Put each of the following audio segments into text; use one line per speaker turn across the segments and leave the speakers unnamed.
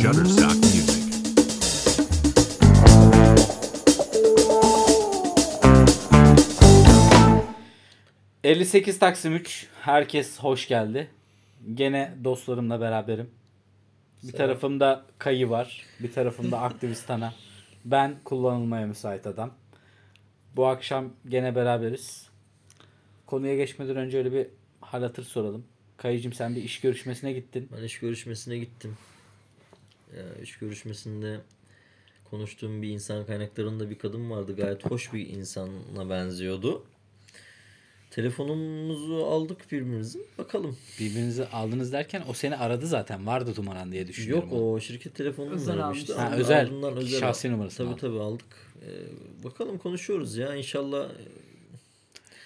Shutterstock Music.
Ee, 58 Taksim 3. Herkes hoş geldi. Gene dostlarımla beraberim. Bir tarafımda Kayı var. Bir tarafımda Aktivist Ana. Ben kullanılmaya müsait adam. Bu akşam gene beraberiz. Konuya geçmeden önce öyle bir hal hatır soralım. Kayıcım sen bir iş görüşmesine gittin.
Ben iş görüşmesine gittim. Ee, İş görüşmesinde konuştuğum bir insan kaynaklarında bir kadın vardı. Gayet hoş bir insana benziyordu. Telefonumuzu aldık birbirimizin. Bakalım.
Birbirinizi aldınız derken o seni aradı zaten. Vardı numaran diye düşünüyorum.
Yok o şirket telefonunu
Özel
aramıştı.
almışsın.
Ha,
Aldı-
özel.
ardından
Şahsi numarasını
Tabii
aldı.
tabii aldık. Ee, bakalım konuşuyoruz ya. İnşallah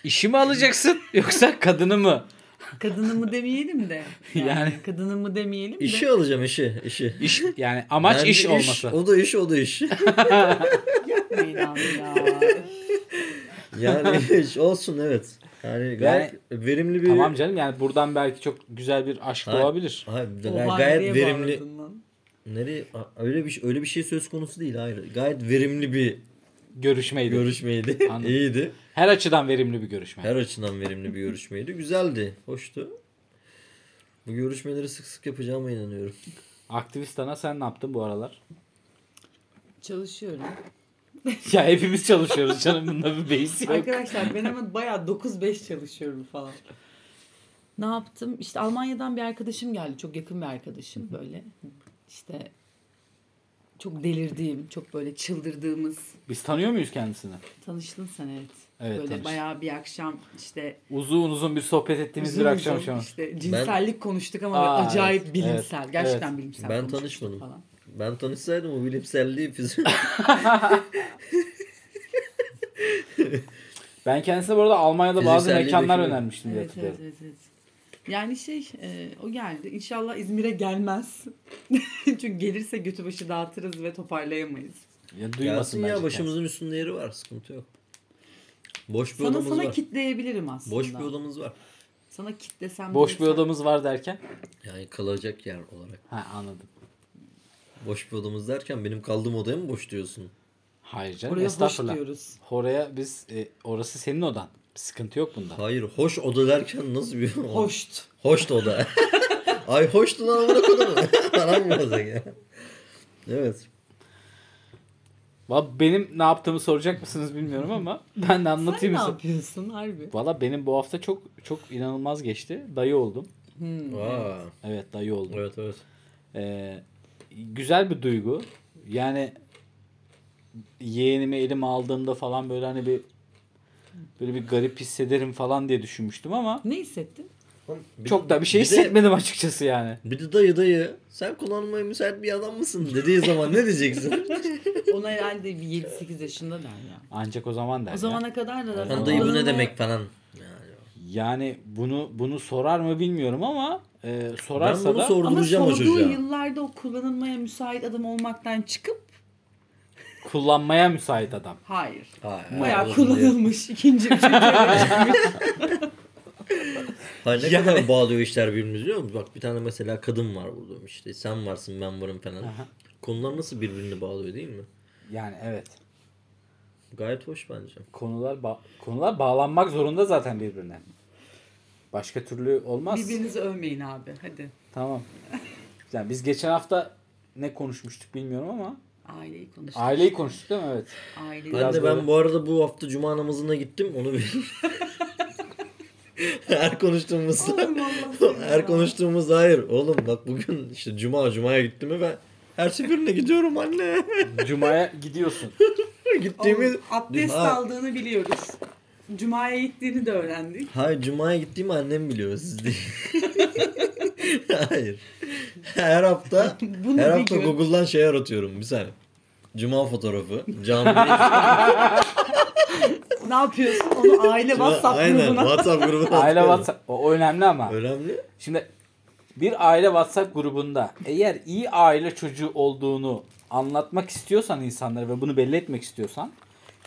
İşi mi alacaksın yoksa kadını mı?
Kadını mı demeyelim de. Yani,
Yani.
kadını mı demeyelim de.
işi alacağım işi. işi.
İş yani amaç
Bence
iş olması.
O da iş o da iş.
Yapmayın abi ya.
yani iş olsun evet. Yani gayet verimli bir
Tamam canım yani buradan belki çok güzel bir aşk
Hayır.
doğabilir.
Abi,
O
gay-
bahaneye
gayet verimli.
bağladın lan.
Nereye a- öyle bir şey- öyle bir şey söz konusu değil hayır. Gayet verimli bir
Görüşmeydi.
görüşmeydi.
Anladım.
İyiydi.
Her açıdan verimli bir görüşme.
Her açıdan verimli bir görüşmeydi. Güzeldi. Hoştu. Bu görüşmeleri sık sık yapacağıma inanıyorum.
Aktivistana sen ne yaptın bu aralar?
Çalışıyorum.
ya hepimiz çalışıyoruz canım bunda bir beis yok.
Arkadaşlar ben hemen bayağı 9-5 çalışıyorum falan. Ne yaptım? İşte Almanya'dan bir arkadaşım geldi. Çok yakın bir arkadaşım böyle. İşte çok delirdiğim, çok böyle çıldırdığımız.
Biz tanıyor muyuz kendisini?
Tanıştın sen evet.
Evet,
böyle
tanıştım.
bayağı bir akşam işte
Uzun uzun bir sohbet ettiğimiz
Uzun
bir
uzun
akşam şu an.
işte cinsellik konuştuk ama
Aa,
acayip
evet,
bilimsel.
evet,
gerçekten
evet.
bilimsel.
Ben
konuşmuştuk
tanışmadım.
Falan.
Ben tanışsaydım o bilimselliği fizik.
Ben kendisine bu arada Almanya'da bazı
Fizikselliği
mekanlar
düşünüyorum.
önermiştim diye
Evet, evet,
hatırlıyorum.
evet, evet. Yani şey e, o geldi. İnşallah İzmir'e gelmez. Çünkü gelirse götü başı dağıtırız ve toparlayamayız.
Ya duymasın
Gelsin
bence.
ya
kendisi.
başımızın üstünde yeri var. Sıkıntı yok. Boş bir
Sana
odamız
sana
var.
kitleyebilirim aslında.
Boş bir odamız var.
Sana kitlesem
Boş bir
bile sen-
odamız var derken.
Yani kalacak yer olarak.
Ha anladım.
Boş bir odamız derken benim kaldığım odaya mı boş diyorsun?
Hayır canım
Oraya hoş
estağfurullah.
diyoruz.
Oraya biz e, orası senin odan. Sıkıntı yok bunda.
Hayır hoş oda derken nasıl bir
Hoşt.
Hoştu o da. Ay hoştu lan amına koyduğum. Falan mı olacak ya? Evet.
Valla benim ne yaptığımı soracak mısınız bilmiyorum ama ben de
Sen
anlatayım
ne
size.
yapıyorsun harbi?
Valla benim bu hafta çok çok inanılmaz geçti. Dayı oldum.
Aa,
Evet dayı oldum.
evet evet.
Ee, güzel bir duygu. Yani yeğenimi elime aldığımda falan böyle hani bir böyle bir garip hissederim falan diye düşünmüştüm ama
Ne hissettin?
çok da bir şey
de-
hissetmedim açıkçası yani.
Bir de dayı dayı sen kullanmaya müsait bir adam mısın dediği zaman ne diyeceksin?
Ona herhalde bir 7-8 yaşında der ya.
Ancak o zaman der.
O
ya.
zamana kadar da zaten
Lan dayı bu ne
kullanılmaya-
demek falan. Yani,
Yani bunu bunu sorar mı bilmiyorum ama e,
ben
sorarsa
bunu
da
Ama
sorduracağım o
sorduğu
çocuğa.
yıllarda o kullanılmaya müsait adam olmaktan çıkıp
kullanmaya müsait adam.
hayır.
Ha, ha,
Bayağı
olur diye.
kullanılmış. ikinci, üçüncü eve çıkmış.
Ha, ne kadar bağlıyor işler birbirimizi biliyor musun? Bak bir tane mesela kadın var burada işte sen varsın ben varım falan.
Aha.
Konular nasıl birbirini bağlıyor değil mi?
Yani evet.
Gayet hoş bence.
Konular ba- konular bağlanmak zorunda zaten birbirine. Başka türlü olmaz.
Birbirinizi övmeyin abi. Hadi.
Tamam. Yani biz geçen hafta ne konuşmuştuk bilmiyorum ama
Aileyi konuş.
aileyi konuştuk değil mi? Evet.
Aileyi.
Ben
Biraz
de
böyle-
ben bu arada bu hafta cuma namazına gittim. Onu bir... her konuştuğumuz
Oğlum Allah seni
her
ya.
konuştuğumuz hayır. Oğlum bak bugün işte cuma cumaya gittim mi ben her seferine gidiyorum anne.
Cuma'ya gidiyorsun.
Gittiğimiz
Oğlum, Abdest
Cuma-
aldığını biliyoruz. Cuma'ya gittiğini de öğrendik.
Hayır cumaya gittiğimi annem biliyor siz değil. hayır. Her hafta
Bunu
her
bir
hafta
gün-
Google'dan şey aratıyorum bir saniye. Cuma fotoğrafı. Cami.
Ne yapıyorsun? Onu aile WhatsApp
Aynen.
grubuna.
WhatsApp grubuna.
aile
atıyorum.
WhatsApp o önemli ama.
Önemli.
Şimdi bir aile WhatsApp grubunda eğer iyi aile çocuğu olduğunu anlatmak istiyorsan insanlara ve bunu belli etmek istiyorsan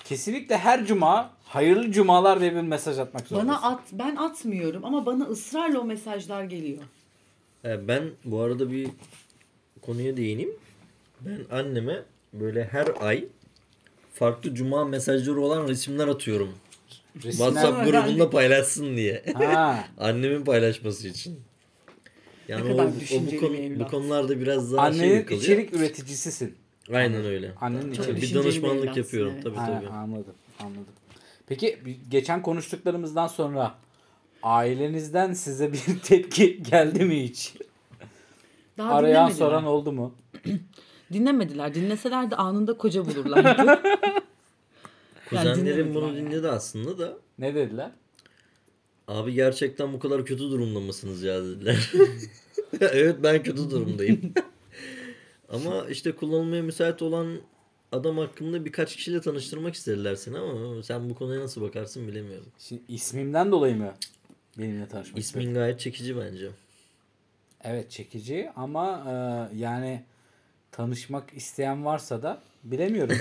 kesinlikle her cuma hayırlı cumalar diye bir mesaj atmak zorundasın.
Bana at, ben
E,
atmıyorum ama bana ısrarla o mesajlar geliyor.
Ee, Ben bu arada bir konuya değineyim. Ben anneme böyle her ay farklı cuma mesajları olan resimler atıyorum.
Resimler...
WhatsApp grubunda paylaşsın diye.
Ha,
Annemin paylaşması için. Yani
Ne
o,
kadar
o bu,
düşünceli
konu-
bir evlat.
bu konularda biraz daha şey
annenin
kalıyor.
içerik üreticisisin.
Aynen öyle.
Çok
Annenin içerik.
bir
düşünceli bir
danışmanlık
evlatsın,
yapıyorum
evet.
tabii
Ha,
tabii.
anladım, anladım. Peki bir- geçen konuştuklarımızdan sonra ailenizden size bir tepki geldi mi hiç?
Daha
Arayan
dinlemediler.
soran oldu mu?
Dinlemediler. Dinleseler de anında koca bulurlardı.
Kuzenlerim
dinlemedim
bunu
ben yani.
dinledi aslında da
Ne dediler?
abi gerçekten bu kadar kötü durumda mısınız ya dediler. evet ben kötü durumdayım. ama işte kullanılmaya müsait olan adam hakkında birkaç kişiyle tanıştırmak istediler seni ama sen bu konuya nasıl bakarsın bilemiyorum.
Şimdi ismimden dolayı mı benimle tanışmak istedi?
İsmin gayet çekici bence.
Evet çekici ama e, yani tanışmak isteyen varsa da bilemiyorum.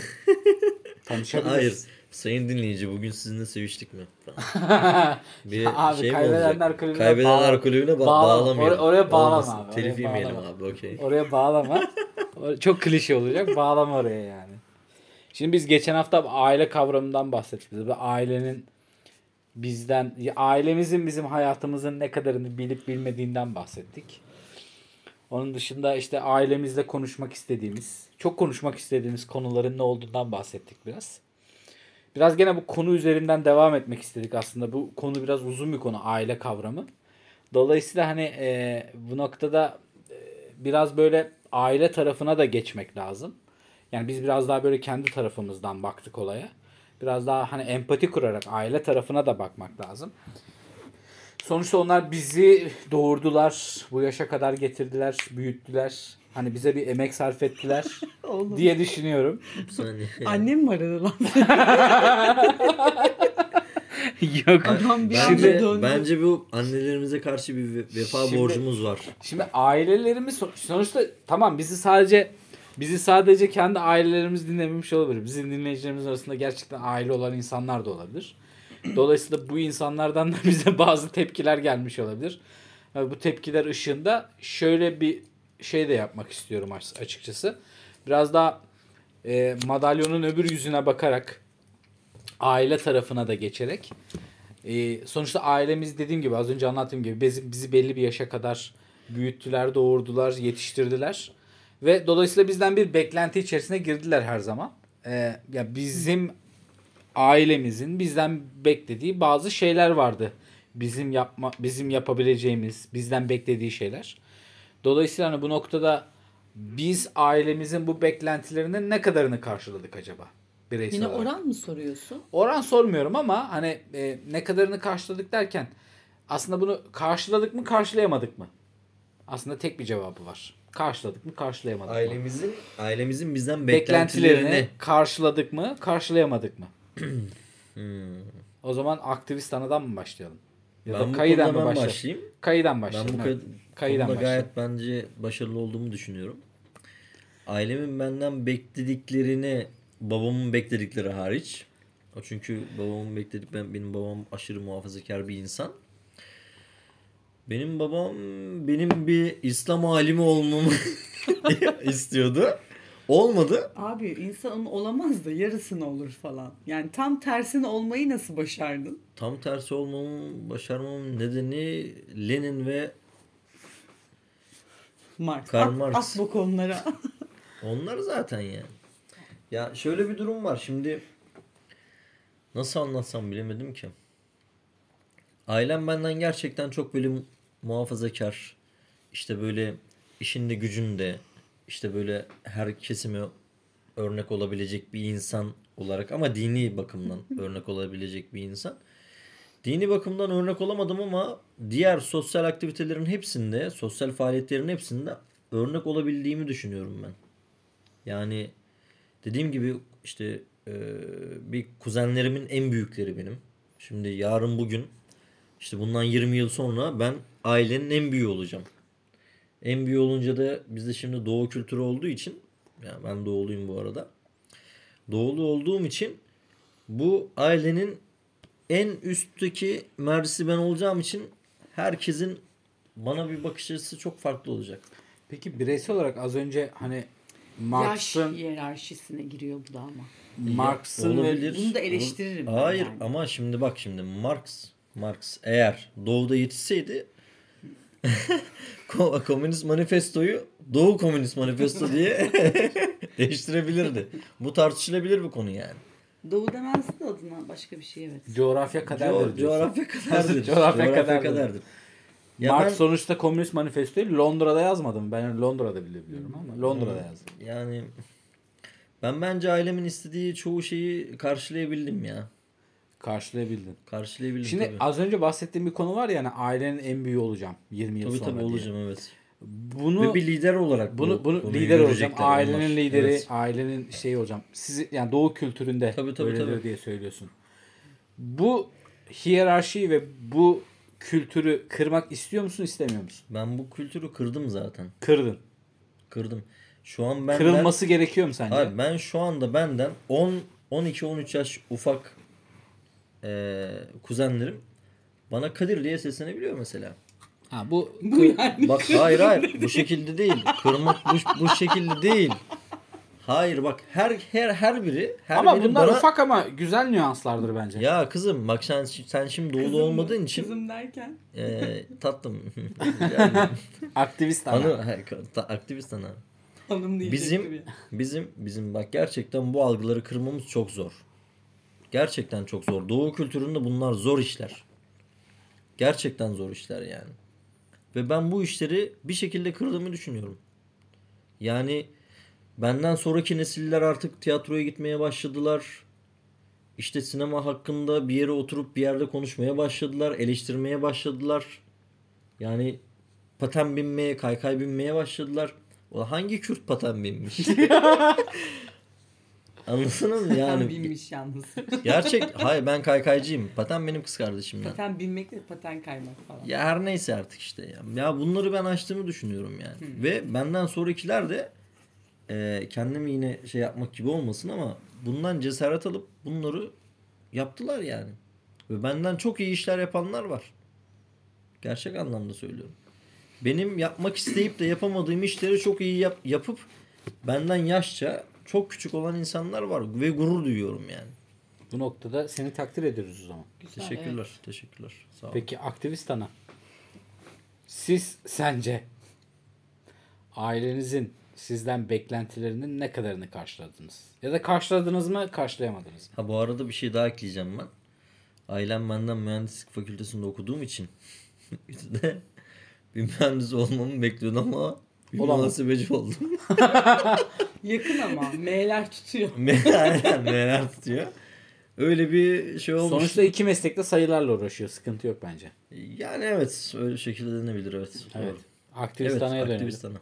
Tanışabiliriz.
Hayır. Sayın dinleyici bugün sizinle seviştik mi? Falan. Bir
Abi,
şey mi
Kaybedenler
olacak?
Kulübü'ne
Kaybedenler
bağla-
kulübüne ba-
bağlama.
bağlamayalım.
Or- oraya bağlama
Olmasın.
abi, oraya
Telif yemeyelim
bağlama.
abi okey.
Oraya bağlama. O- Çok klişe olacak. Bağlama oraya yani. Şimdi biz geçen hafta aile kavramından bahsettik. Biz bu ailenin bizden, ya ailemizin bizim hayatımızın ne kadarını bilip bilmediğinden bahsettik. Onun dışında işte ailemizle konuşmak istediğimiz, çok konuşmak istediğimiz konuların ne olduğundan bahsettik biraz. Biraz gene bu konu üzerinden devam etmek istedik aslında. Bu konu biraz uzun bir konu aile kavramı. Dolayısıyla hani e, bu noktada e, biraz böyle aile tarafına da geçmek lazım. Yani biz biraz daha böyle kendi tarafımızdan baktık olaya. Biraz daha hani empati kurarak aile tarafına da bakmak lazım. Sonuçta onlar bizi doğurdular, bu yaşa kadar getirdiler, büyüttüler. Hani bize bir emek sarf ettiler
Oğlum.
diye düşünüyorum.
Bir saniye.
Annem mi aradı lan?
Yok.
Adam bir anda
bence,
döndü.
bence bu annelerimize karşı bir ve- vefa
Şimdi-
borcumuz var.
Şimdi ailelerimiz son- sonuçta tamam bizi sadece bizi sadece kendi ailelerimiz dinlememiş olabilir. Bizim dinleyicilerimiz arasında gerçekten aile olan insanlar da olabilir. Dolayısıyla bu insanlardan da bize bazı tepkiler gelmiş olabilir. Yani bu tepkiler ışığında şöyle bir şey de yapmak istiyorum aç- açıkçası. Biraz daha e, madalyonun öbür yüzüne bakarak aile tarafına da geçerek e, sonuçta ailemiz dediğim gibi az önce anlattığım gibi bizi, bizi belli bir yaşa kadar büyüttüler, doğurdular, yetiştirdiler ve dolayısıyla bizden bir beklenti içerisine girdiler her zaman. E, ya bizim ailemizin bizden beklediği bazı şeyler vardı. Bizim yapma bizim yapabileceğimiz, bizden beklediği şeyler. Dolayısıyla hani bu noktada biz ailemizin bu beklentilerinin ne kadarını karşıladık acaba? Bireysel
Yine
olarak?
oran mı soruyorsun?
Oran sormuyorum ama hani e, ne kadarını karşıladık derken aslında bunu karşıladık mı karşılayamadık mı? Aslında tek bir cevabı var. Karşıladık mı karşılayamadık mı?
Ailemizin ailemizin bizden
Beklentilerini
beklentilerini
karşıladık mı karşılayamadık mı? O zaman aktivist anadan mı başlayalım? Ya
Hmm. ben
da
bu
kayıdan
konuda
mı
ben
başlayalım?
başlayayım.
Kayıdan
Ben bu
başlayalım.
kay-
evet. Kayıdan
konuda
başlayalım.
gayet bence başarılı olduğumu düşünüyorum. Ailemin benden beklediklerini babamın bekledikleri hariç. O çünkü babamın bekledik ben benim babam aşırı muhafazakar bir insan. Benim babam benim bir İslam alimi olmamı istiyordu. Olmadı.
Abi insanın olamaz da yarısını olur falan. Yani tam tersini olmayı nasıl başardın?
Tam tersi olmamın, başarmamın nedeni Lenin ve
Marx.
Karl
at,
Marx.
at bu konulara.
Onlar zaten yani. Ya şöyle bir durum var şimdi. Nasıl anlatsam bilemedim ki. Ailem benden gerçekten çok böyle mu- muhafazakar. İşte böyle işinde gücünde işte böyle her kesime örnek olabilecek bir insan olarak ama dini bakımdan örnek olabilecek bir insan. Dini bakımdan örnek olamadım ama diğer sosyal aktivitelerin hepsinde, sosyal faaliyetlerin hepsinde örnek olabildiğimi düşünüyorum ben. Yani dediğim gibi işte e, bir kuzenlerimin en büyükleri benim. Şimdi yarın bugün işte bundan 20 yıl sonra ben ailenin en büyüğü olacağım. En büyüğü olunca da bizde şimdi doğu kültürü olduğu için yani ben doğuluyum bu arada. Doğulu olduğum için bu ailenin en üstteki mercisi ben olacağım için herkesin bana bir bakış açısı çok farklı olacak.
Peki bireysel olarak az önce hani
Yaş
Marx'ın
hiyerarşisine giriyor bu da ama.
Marx'ın ve
Olabilir.
Bunu da eleştiririm ben
Hayır
yani.
ama şimdi bak şimdi Marx Marx eğer doğuda yetişseydi Ko- Komünist Manifesto'yu Doğu Komünist Manifesto diye değiştirebilirdi. Bu tartışılabilir bir konu yani.
Doğu demezsin adına başka bir şey evet.
coğrafya
Co-
kaderdir. diyorsun.
coğrafya kaderdir.
Coğrafya kaderdir.
Ya
Marx
ben-
sonuçta komünist manifestoyu Londra'da yazmadım. Ben Londra'da bile biliyorum
Hmm.
ama Londra'da yazdım.
Yani ben bence ailemin istediği çoğu şeyi karşılayabildim ya.
Karşılayabildin.
Karşılayabildim
Şimdi
tabii.
az önce bahsettiğim bir konu var ya hani ailenin en büyüğü olacağım 20 yıl
Tabii
sonra.
tabii
diye.
olacağım evet.
Bunu
Ve bir lider olarak bu
bunu bunu
konuyu
lider olacağım.
görecekler
Ailenin
onlar.
lideri,
Evet.
ailenin şeyi olacağım. Sizi yani doğu kültüründe
Tabii, tabii,
böyledir
tabii.
diye söylüyorsun. Bu hiyerarşiyi ve bu kültürü kırmak istiyor musun, istemiyor musun?
Ben bu kültürü kırdım zaten.
Kırdın.
Kırdım. Şu an benden
Kırılması gerekiyor mu sence?
Abi ben şu anda benden 10 12 13 yaş ufak eee kuzenlerim bana Kadir diye seslenebiliyor mesela.
Ha bu
Bu yani.
Bak hayır hayır bu şekilde değil. Kırmak bu, bu şekilde değil. Hayır bak her her her biri her
ama
biri
bunlar
bana-
ufak ama güzel nüanslardır bence.
Ya kızım bak sen sen şimdi doğulu
Kızım-
olmadığın için
Kızım derken.
eee tatlım. Yani
Aktivist ama.
hanım- hayır, ta- aktivist ana.
Hanım diyecektim
Bizim-
ya.
Bizim bizim bak gerçekten bu algıları kırmamız çok zor. Gerçekten çok zor. Doğu kültüründe bunlar zor işler. Gerçekten zor işler yani. Ve ben bu işleri bir şekilde kırdığımı düşünüyorum. Yani benden sonraki nesiller artık tiyatroya gitmeye başladılar. İşte sinema hakkında bir yere oturup bir yerde konuşmaya başladılar, eleştirmeye başladılar. Yani paten binmeye, kaykay binmeye başladılar. O hangi Kürt paten binmiş? Anladınız mı
Paten
yani?
binmiş yalnız.
Gerçek. Hayır ben kaykaycıyım. Paten benim kız kardeşimden.
paten binmek ve paten kaymak falan.
Ya her neyse artık işte. Ya, ya bunları ben açtığımı düşünüyorum yani. Ve benden sonrakiler de e, kendimi yine şey yapmak gibi olmasın ama bundan cesaret alıp bunları yaptılar yani. Ve benden çok iyi işler yapanlar var. Gerçek anlamda söylüyorum. Benim yapmak isteyip de yapamadığım işleri çok iyi yap- yapıp benden yaşça çok küçük olan insanlar var ve gurur duyuyorum yani.
Bu noktada seni takdir ediyoruz o zaman.
Güzel,
Teşekkürler.
evet.
Teşekkürler. Sağ olun.
Peki aktivist ana. Siz sence ailenizin sizden beklentilerinin ne kadarını karşıladınız? Ya da karşıladınız mı, karşılayamadınız mı?
Ha bu arada bir şey daha ekleyeceğim ben. Ailem benden mühendislik fakültesinde okuduğum için bir de bir mühendis olmamı bekliyordu ama bir
Olamam.
muhasebeci oldum.
Yakın ama. M'ler tutuyor.
Meğer meğer tutuyor. Öyle bir şey olmuş.
Sonuçta iki meslekte sayılarla uğraşıyor. Sıkıntı yok bence.
Yani evet öyle şekilde denebilir evet. Doğru.
Evet. Aktivist
Evet,
anaya dönelim.
aktivist ana.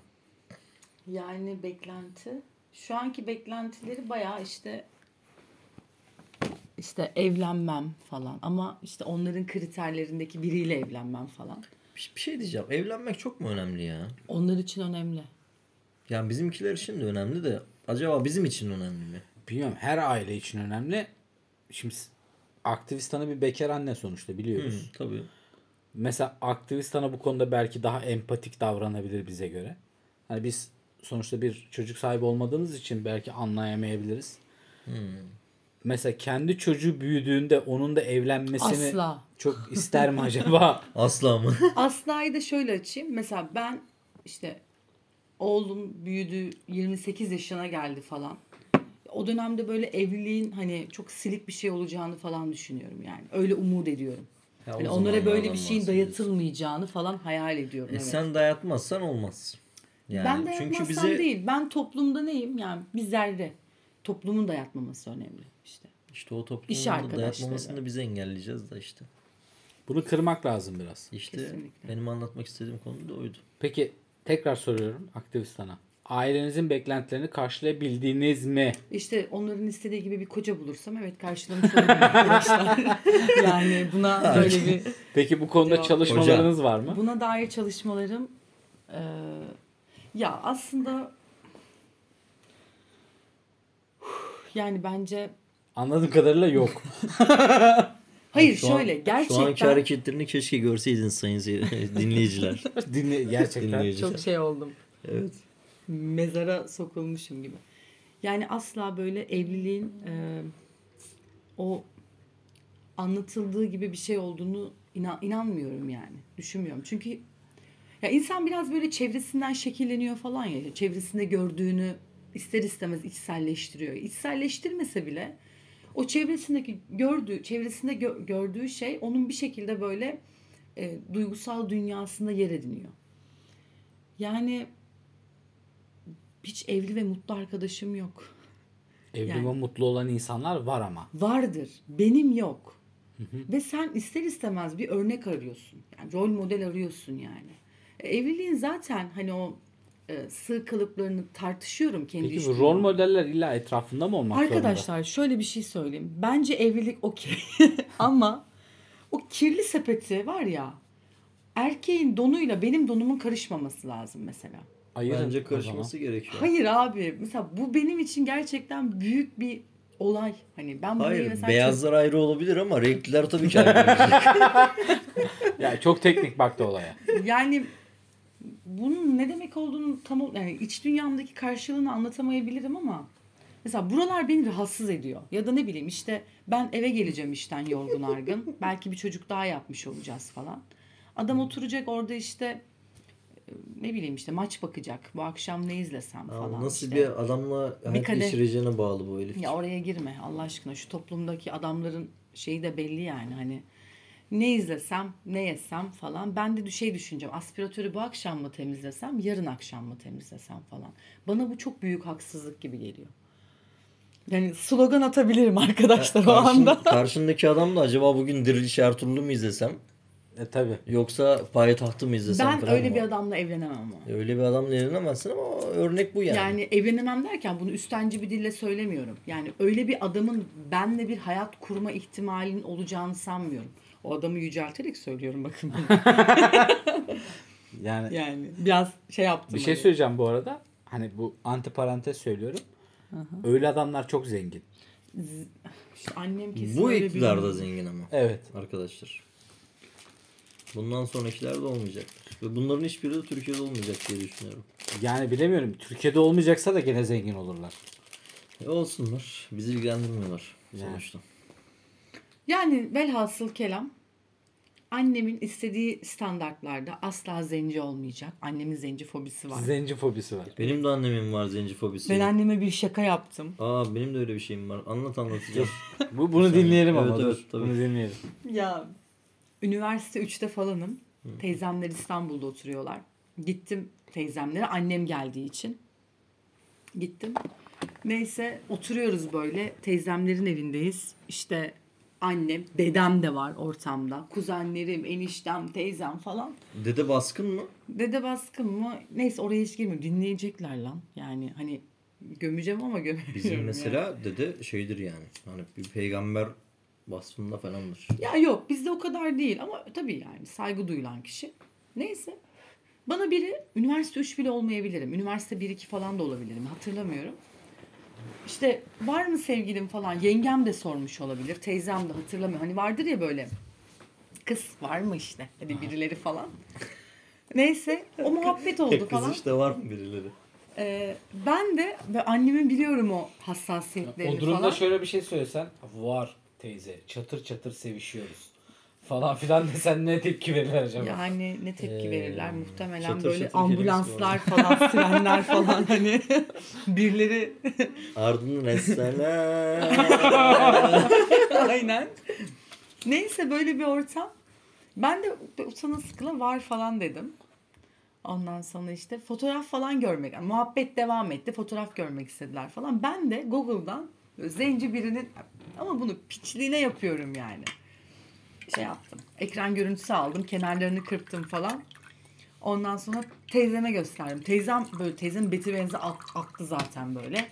Yani beklenti. Şu anki beklentileri bayağı işte işte evlenmem falan ama işte onların kriterlerindeki biriyle evlenmem falan.
Bir, bir şey diyeceğim. Evlenmek çok mu önemli ya?
Onlar için önemli.
Yani bizimkiler için de önemli de acaba bizim için önemli mi?
Bilmiyorum her aile için önemli. Şimdi s- aktivist ana bir bekar anne sonuçta
Hı,
biliyoruz.
tabii.
Mesela aktivist ana bu konuda belki daha empatik davranabilir bize göre. Hani biz sonuçta bir çocuk sahibi olmadığımız için belki anlayamayabiliriz. Mesela kendi çocuğu büyüdüğünde onun da evlenmesini
Asla.
çok ister mi acaba?
Asla mı?
Asla'yı da şöyle açayım. Mesela ben işte oğlum büyüdü 28 yaşına geldi falan. O dönemde böyle evliliğin hani çok silik bir şey olacağını falan düşünüyorum yani. Öyle umut ediyorum.
Ya o
Hani onlara böyle
zamanlardan
bir şeyin
bahsediyorsun.
dayatılmayacağını falan hayal ediyorum.
E
evet.
sen dayatmazsan olmaz. Yani
ben dayatmazsam
Ee, çünkü bize
değil. Ben toplumda neyim? Yani bir zerre. Toplumun dayatmaması önemli işte.
işte o
İş
toplumun da
arkadaşları.
dayatmamasını biz engelleyeceğiz da işte.
Bunu kırmak lazım biraz.
İşte
Kesinlikle.
benim anlatmak istediğim konu da oydu.
Peki tekrar soruyorum aktivist ana. Ailenizin beklentilerini karşılayabildiniz mi?
İşte onların istediği gibi bir koca bulursam evet karşılamış olurum arkadaşlar. yani buna böyle bir
Peki bu konuda
Cevap-
çalışmalarınız var mı?
Buna dair çalışmalarım eee, ya aslında Uf, yani bence
Anladığım kadarıyla yok.
hayır
Şu an-
şöyle
Şu
gerçekten
anki hareketlerini keşke görseydiniz sayın seyir- dinleyiciler.
Dinle gerçekten.
Dinleyiciler.
çok şey oldum.
Evet.
mezara sokulmuşum gibi. Yani asla böyle evliliğin e, o anlatıldığı gibi bir şey olduğunu inan, inanmıyorum yani. Düşünmüyorum. Çünkü ya insan biraz böyle çevresinden şekilleniyor falan ya. Çevresinde gördüğünü ister istemez içselleştiriyor. İçselleştirmese bile o çevresindeki gördüğü, çevresinde gö- gördüğü şey onun bir şekilde böyle e, duygusal dünyasında yer ediniyor. Yani hiç evli ve mutlu arkadaşım yok.
Evli
Yani.
ve mutlu olan insanlar var ama.
Vardır. Benim yok. ve sen ister istemez bir örnek arıyorsun. Yani rol model arıyorsun yani. E, Evliliğin zaten hani o e, sığ kalıplarını tartışıyorum kendi
Peki bu
içimde.
rol modeller illa etrafında mı olmak zorunda?
Arkadaşlar şöyle bir şey söyleyeyim. Bence evlilik okey. Ama o kirli sepeti var ya erkeğin donuyla benim donumun karışmaması lazım mesela.
Ayırın o
Bence
zaman.
karışması gerekiyor.
Hayır abi mesela bu benim için gerçekten büyük bir olay. Hani ben bunu
Hayır,
mesela
beyazlar ayrı olabilir ama renkliler tabii ki ayrı.
Ya çok teknik baktı olaya.
Yani bunun ne demek olduğunu tam ol- yani iç dünyamdaki karşılığını anlatamayabilirim ama mesela buralar beni rahatsız ediyor. Ya da ne bileyim işte ben eve geleceğim işten yorgun argın. Belki bir çocuk daha yapmış olacağız falan. Adam oturacak orada işte e, ne bileyim işte maç bakacak. Bu akşam ne izlesem falan.
Ama Nasıl
işte.
bir adamla hayat
kadeh.
geçireceğine bağlı bu Elif.
Ya oraya girme Allah aşkına şu toplumdaki adamların şeyi de belli yani hani ne izlesem ne yesem falan ben de şey düşüneceğim aspiratörü bu akşam mı temizlesem yarın akşam mı temizlesem falan bana bu çok büyük haksızlık gibi geliyor. Yani slogan atabilirim arkadaşlar o
Karşın-
anda.
karşındaki adam da acaba bugün Diriliş Ertuğrul'u mu izlesem
E tabi.
yoksa Payitaht'ı mı izlesem
Ben
falan
öyle
mı?
bir adamla evlenemem ama.
E, Öyle bir adamla evlenemezsin ama örnek bu yani.
Yani evlenemem derken bunu üstenci bir dille söylemiyorum. Yani öyle bir adamın benle bir hayat kurma ihtimalinin olacağını sanmıyorum. O adamı yücelterek söylüyorum bakın.
Yani
Yani biraz şey yaptım.
bir şey
hani.
söyleyeceğim bu arada. Hani bu anti parantez söylüyorum. Öyle adamlar çok zengin.
İşte annem kesin
bu
öyle
iktidar
bir-
da zengin ama
Evet.
arkadaşlar. Bundan sonrakiler de olmayacak. Ve bunların hiçbiri de Türkiye'de olmayacak diye düşünüyorum.
Yani bilemiyorum. Türkiye'de olmayacaksa da gene zengin olurlar.
E olsunlar. Bizi ilgilendirmiyorlar
Yani.
sonuçta.
Yani velhasıl kelam annemin istediği standartlarda asla zenci olmayacak. Annemin zenci fobisi var.
Zenci fobisi var.
Benim de annemin var zenci fobisi.
Ben anneme bir şaka yaptım.
Aa benim de öyle bir şeyim var. Anlat anlatacağım.
Bu, bunu dinleyelim ama.
Evet,
dur.
evet, tabii.
Bunu dinleyelim.
Ya üniversite 3'te falanım. Teyzemler İstanbul'da oturuyorlar. Gittim teyzemlere annem geldiği için. Gittim. Neyse oturuyoruz böyle. Teyzemlerin evindeyiz. İşte annem, dedem de var ortamda. Kuzenlerim, eniştem, teyzem falan.
Dede baskın mı?
Dede baskın mı? Neyse oraya hiç girmiyorum. Dinleyecekler lan. Yani hani gömeceğim ama gömüyorum.
Bizim
yani.
mesela dede şeydir yani. Hani bir peygamber vasfında falandır.
Ya yok bizde o kadar değil ama tabii yani saygı duyulan kişi. Neyse. Bana biri üniversite 3 bile olmayabilirim. Üniversite 1-2 falan da olabilirim hatırlamıyorum. İşte var mı sevgilim falan yengem de sormuş olabilir. Teyzem de hatırlamıyor. Hani vardır ya böyle kız var mı işte hani birileri falan. Neyse o muhabbet oldu falan.
Kız işte var mı birileri?
Ee, ben de ve annemin biliyorum o hassasiyetlerini
O durumda
falan.
şöyle bir şey söylesen. Var teyze. Çatır çatır sevişiyoruz. Falan filan desen ne tepki verir acaba?
Yani ne tepki
Ee,
verirler muhtemelen
şatır
böyle
şatır
ambulanslar falan sirenler falan hani birileri
Ardından etsene.
aynen. Neyse böyle bir ortam. Ben de utana sıkıla var falan dedim. Ondan sonra işte fotoğraf falan görmek, yani muhabbet devam etti. Fotoğraf görmek istediler falan. Ben de Google'dan böyle zenci birinin ama bunu piçliğine yapıyorum yani. Şey yaptım. Ekran görüntüsü aldım. Kenarlarını kırptım falan. Ondan sonra teyzeme gösterdim. Teyzem böyle teyzemin beti benzi ak- aktı zaten böyle.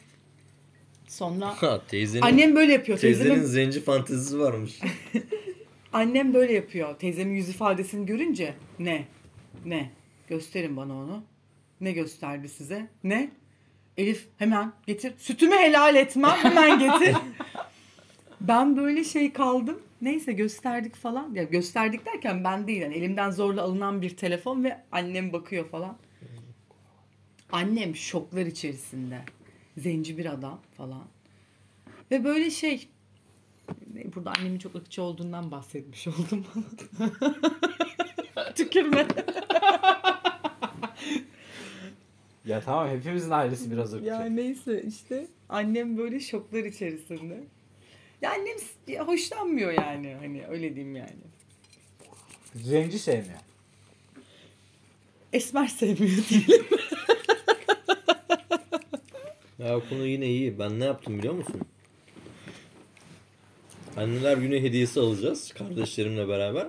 Sonra
ha, teyzenin,
annem böyle yapıyor.
teyzenin
Teyzemin
zenci fantezisi varmış.
Annem böyle yapıyor. Teyzemin yüz ifadesini görünce ne? Ne? Gösterin bana onu. Ne gösterdi size? Ne? Elif hemen getir. Sütümü helal etmem hemen getir. ben böyle şey kaldım. Neyse gösterdik falan. Ya gösterdik derken ben değil. Yani elimden zorla alınan bir telefon ve annem bakıyor falan. Annem şoklar içerisinde. Zenci bir adam falan. Ve böyle şey
Burada annemin çok ırkçı olduğundan bahsetmiş oldum. Tükürme.
Ya tamam hepimizin ailesi biraz ırkçı.
Ya neyse işte annem böyle şoklar içerisinde. Ya annem s- ya hoşlanmıyor yani hani öyle diyeyim yani.
Zenci sevmiyor.
Esmer sevmiyor diyelim.
Ya o konu yine iyi. Ben ne yaptım biliyor musun? Anneler günü hediyesi alacağız kardeşlerimle beraber.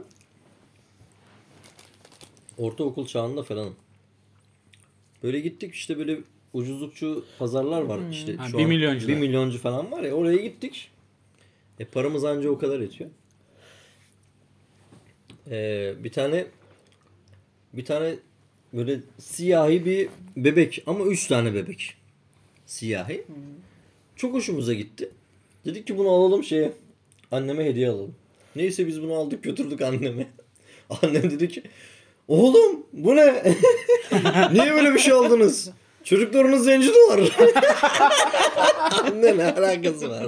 Ortaokul çağında falan. Böyle gittik işte böyle ucuzlukçu pazarlar var işte
Ha,
şu
bir
an
milyoncular.
bir milyoncu falan var ya oraya gittik. E paramız anca o kadar yetiyor. E, bir tane bir tane böyle siyahi bir bebek ama üç tane bebek. Siyahi. Çok hoşumuza gitti. Dedik ki bunu alalım şeye. Anneme hediye alalım. Neyse biz bunu aldık götürdük anneme. Annem dedi ki oğlum bu ne? Niye böyle bir şey aldınız? Çocuklarınız zenci dolar. Anne ne alakası var?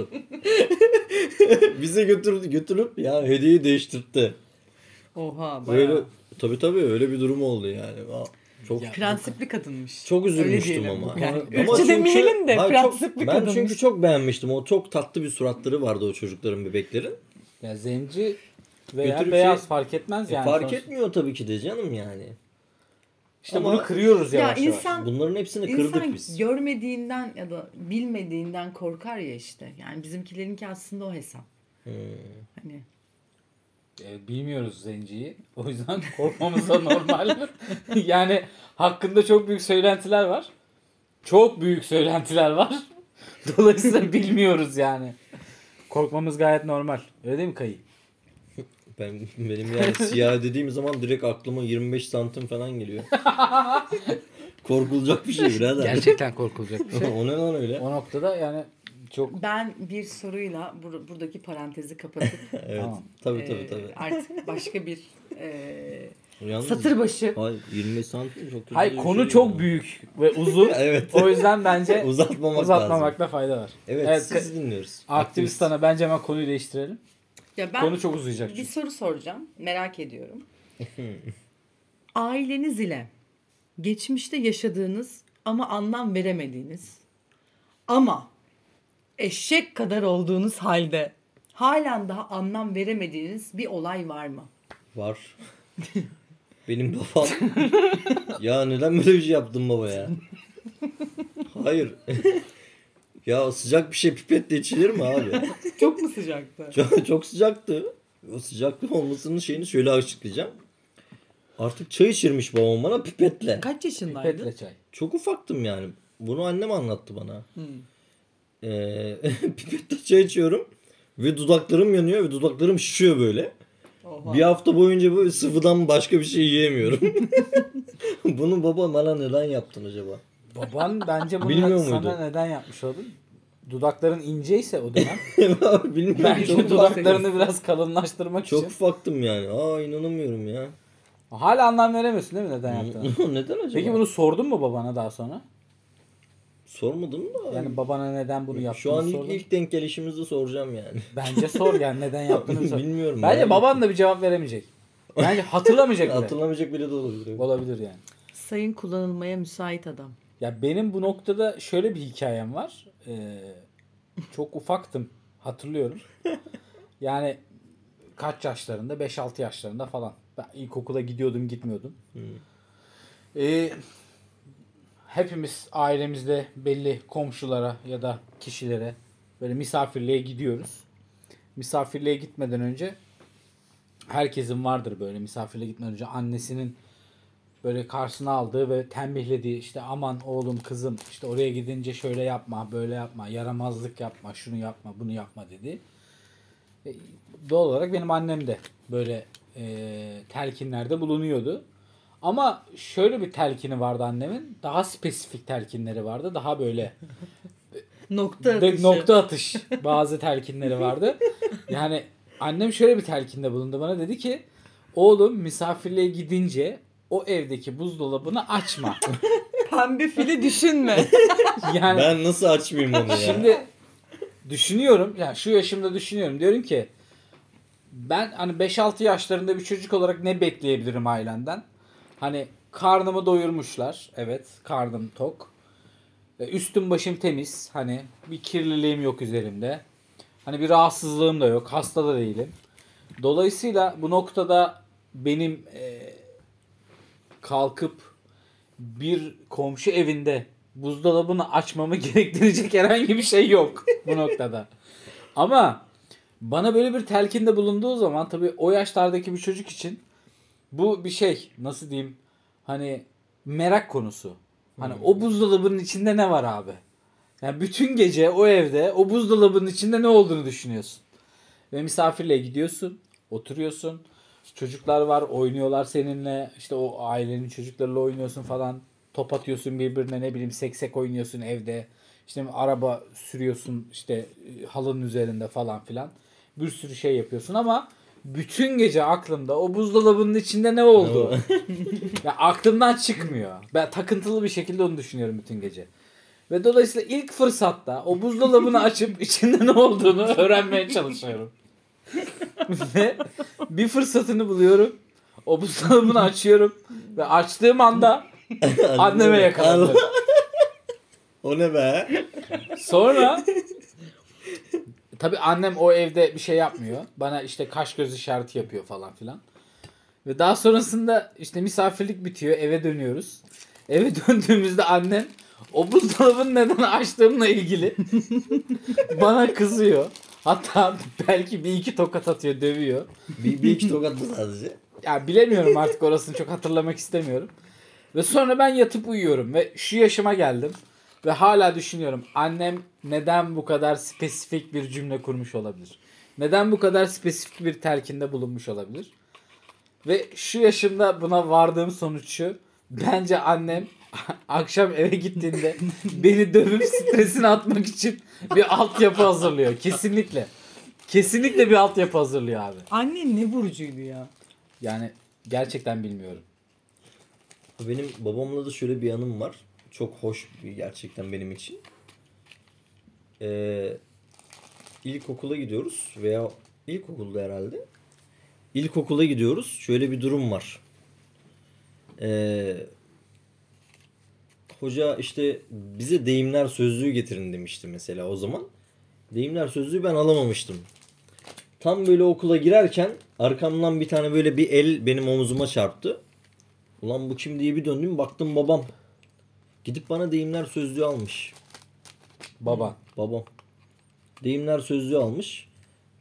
Bize götürdü, götürüp ya hediyeyi değiştirtti.
Oha bayağı.
Böyle tabii tabii öyle bir durum oldu yani. Aa, Çok
Prensipli kadınmış.
çok üzülmüştüm
Öyle diyelim.
ama.
Yani
Ama
ırkçı
çünkü-
demeyelim de,
Hayır, çok-
prensipli
Ben
kadınmış.
çünkü çok beğenmiştim. O çok tatlı bir suratları vardı o çocukların, bebeklerin.
Ya zenci veya
Götürüp
beyaz
şey-
fark etmez
E,
yani.
fark
sonuçta.
etmiyor tabii ki de canım yani.
İşte
Ama-
bunu kırıyoruz
Ya
yavaş yavaş.
insan-
Bunların hepsini kırdık
İnsan
biz.
görmediğinden ya da bilmediğinden korkar ya işte. Yani bizimkilerinki aslında o hesap.
Hmm,
Hani
E, bilmiyoruz zenciyi. O yüzden korkmamız da normal. yani hakkında çok büyük söylentiler var. Çok büyük söylentiler var. Dolayısıyla bilmiyoruz yani. Korkmamız gayet normal. Öyle değil mi Kayı?
Ben benim yani siyah dediğim zaman direkt aklıma 25 santim falan geliyor. Korkulacak bir şey birader.
Gerçekten korkulacak bir şey.
o ne lan öyle?
O noktada yani çok
ben bir soruyla bur- buradaki parantezi kapatıp
Evet.
Tamam.
Tabii
e,
Ee,
tabii tabii.
artık başka bir e,
Yalnız-
satır başı
Hayır 25 santim çok kötü
Hayır
bir
konu
şey
çok
yani.
büyük ve uzun.
Evet.
O yüzden bence
Uzatmamak, lazım.
uzatmamakta fayda var.
Evet,
Evet,
siz dinliyoruz.
Aktivistan'a bence hemen konuyu değiştirelim.
Ya ben
Konu çok uzayacak
bir
çünkü.
soru soracağım. Merak ediyorum. Aileniz ile geçmişte yaşadığınız ama anlam veremediğiniz ama eşek kadar olduğunuz halde halen daha anlam veremediğiniz bir olay var mı?
Var. Benim babam. ya neden böyle bir şey yaptın baba ya? Hayır. ya sıcak bir şey pipetle içilir mi abi?
Çok mu sıcaktı?
Çok, çok sıcaktı. O sıcaklık olmasının şeyini şöyle açıklayacağım. Artık çay içirmiş babam bana pipetle.
Kaç yaşındaydın?
Petle çay.
Çok ufaktım yani. Bunu annem anlattı bana. Ee, pipetle çay içiyorum. Ve dudaklarım yanıyor ve dudaklarım şişiyor böyle.
Oha.
Bir hafta boyunca böyle sıvıdan başka bir şey yiyemiyorum. Bunu baba bana neden yaptın acaba?
Baban bence bunu
Bilmiyor
sana
muydu?
neden yapmış oldun? Dudakların inceyse o dönem.
Bilmiyorum.
belki
Çok,
dudaklarını biraz kalınlaştırmak
çok
için.
ufaktım yani. Aa inanamıyorum ya.
Hala anlam veremiyorsun değil mi neden yaptığını?
neden acaba?
Peki bunu sordun mu babana daha sonra?
sormadım da.
Yani babana neden bunu yaptığını
Şu an ilk,
sordun. mu?
ilk denk gelişimizde soracağım yani.
Bence sor yani neden yaptığını sor.
Bilmiyorum.
Bence
yani.
baban da bir cevap veremeyecek. Bence hatırlamayacak bile.
hatırlamayacak bile de olabilir.
Olabilir yani.
Sayın kullanılmaya müsait adam.
Ya benim bu noktada şöyle bir hikayem var. Ee, çok ufaktım hatırlıyorum. Yani kaç yaşlarında? 5-6 yaşlarında falan. Ben ilkokula gidiyordum gitmiyordum. Ee, hepimiz ailemizde belli komşulara ya da kişilere böyle misafirliğe gidiyoruz. Misafirliğe gitmeden önce herkesin vardır böyle misafirliğe gitmeden önce annesinin böyle karşısına aldığı ve tembihlediği işte aman oğlum kızım işte oraya gidince şöyle yapma böyle yapma yaramazlık yapma şunu yapma bunu yapma dedi. E, Doğal olarak benim annem de böyle e, telkinlerde bulunuyordu. Ama şöyle bir telkini vardı annemin. Daha spesifik telkinleri vardı. Daha böyle
Nokta
de-
atışı.
nokta atış bazı telkinleri vardı. Yani annem şöyle bir telkinde bulundu bana dedi ki oğlum misafirliğe gidince o evdeki buzdolabını açma.
Pembe fili düşünme.
Yani
Ben nasıl açmayayım onu ya?
Şimdi düşünüyorum. Yani şu yaşımda düşünüyorum. Diyorum ki ben hani 5-6 yaşlarında bir çocuk olarak ne bekleyebilirim ailemden? Hani karnımı doyurmuşlar. Evet, karnım tok. E, Üstüm başım temiz. Hani bir kirliliğim yok üzerimde. Hani bir rahatsızlığım da yok. Hasta da değilim. Dolayısıyla bu noktada benim e, kalkıp bir komşu evinde buzdolabını açmamı gerektirecek herhangi bir şey yok bu noktada. Ama bana böyle bir telkinde bulunduğu zaman tabii o yaşlardaki bir çocuk için bu bir şey nasıl diyeyim hani merak konusu. Hani o buzdolabının içinde ne var abi? Yani bütün gece o evde o buzdolabının içinde ne olduğunu düşünüyorsun. Ve misafirliğe gidiyorsun, oturuyorsun. Çocuklar var, oynuyorlar seninle. İşte o ailenin çocuklarıyla oynuyorsun falan. Top atıyorsun birbirine ne bileyim seksek oynuyorsun evde. İşte araba sürüyorsun işte e, halının üzerinde falan filan. Bir sürü şey yapıyorsun ama bütün gece aklımda o buzdolabının içinde ne oldu? ya aklımdan çıkmıyor. Ben takıntılı bir şekilde onu düşünüyorum bütün gece. Ve dolayısıyla ilk fırsatta o buzdolabını açıp içinde ne olduğunu öğrenmeye çalışıyorum. Ve bir fırsatını buluyorum. O buzdolabını açıyorum. Ve açtığım anda anneme yakaladım.
O ne be?
Sonra tabii annem o evde bir şey yapmıyor. Bana işte kaş göz işareti yapıyor falan filan. Ve daha sonrasında işte misafirlik bitiyor. Eve dönüyoruz. Eve döndüğümüzde annem o buzdolabını neden açtığımla ilgili bana kızıyor. Hatta belki bir iki tokat atıyor, dövüyor.
Bir, bir iki tokat mı sadece?
Ya bilemiyorum artık orasını çok hatırlamak istemiyorum. Ve sonra ben yatıp uyuyorum ve şu yaşıma geldim ve hala düşünüyorum annem neden bu kadar spesifik bir cümle kurmuş olabilir? Neden bu kadar spesifik bir telkinde bulunmuş olabilir? Ve şu yaşımda buna vardığım sonuç şu. Bence annem akşam eve gittiğinde beni dövüp stresini atmak için bir altyapı hazırlıyor. Kesinlikle. Kesinlikle bir altyapı hazırlıyor abi.
Annen ne burcuydu ya?
Yani gerçekten bilmiyorum.
Benim babamla da şöyle bir anım var. Çok hoş bir gerçekten benim için. Ee, ilkokula gidiyoruz veya ilkokulda herhalde. İlkokula gidiyoruz. Şöyle bir durum var. Ee, hoca işte bize deyimler sözlüğü getirin demişti mesela o zaman. Deyimler sözlüğü ben alamamıştım. Tam böyle okula girerken arkamdan bir tane böyle bir el benim omzuma çarptı. Ulan bu kim diye bir döndüm baktım babam. Gidip bana deyimler sözlüğü almış.
Baba.
Babam. Deyimler sözlüğü almış.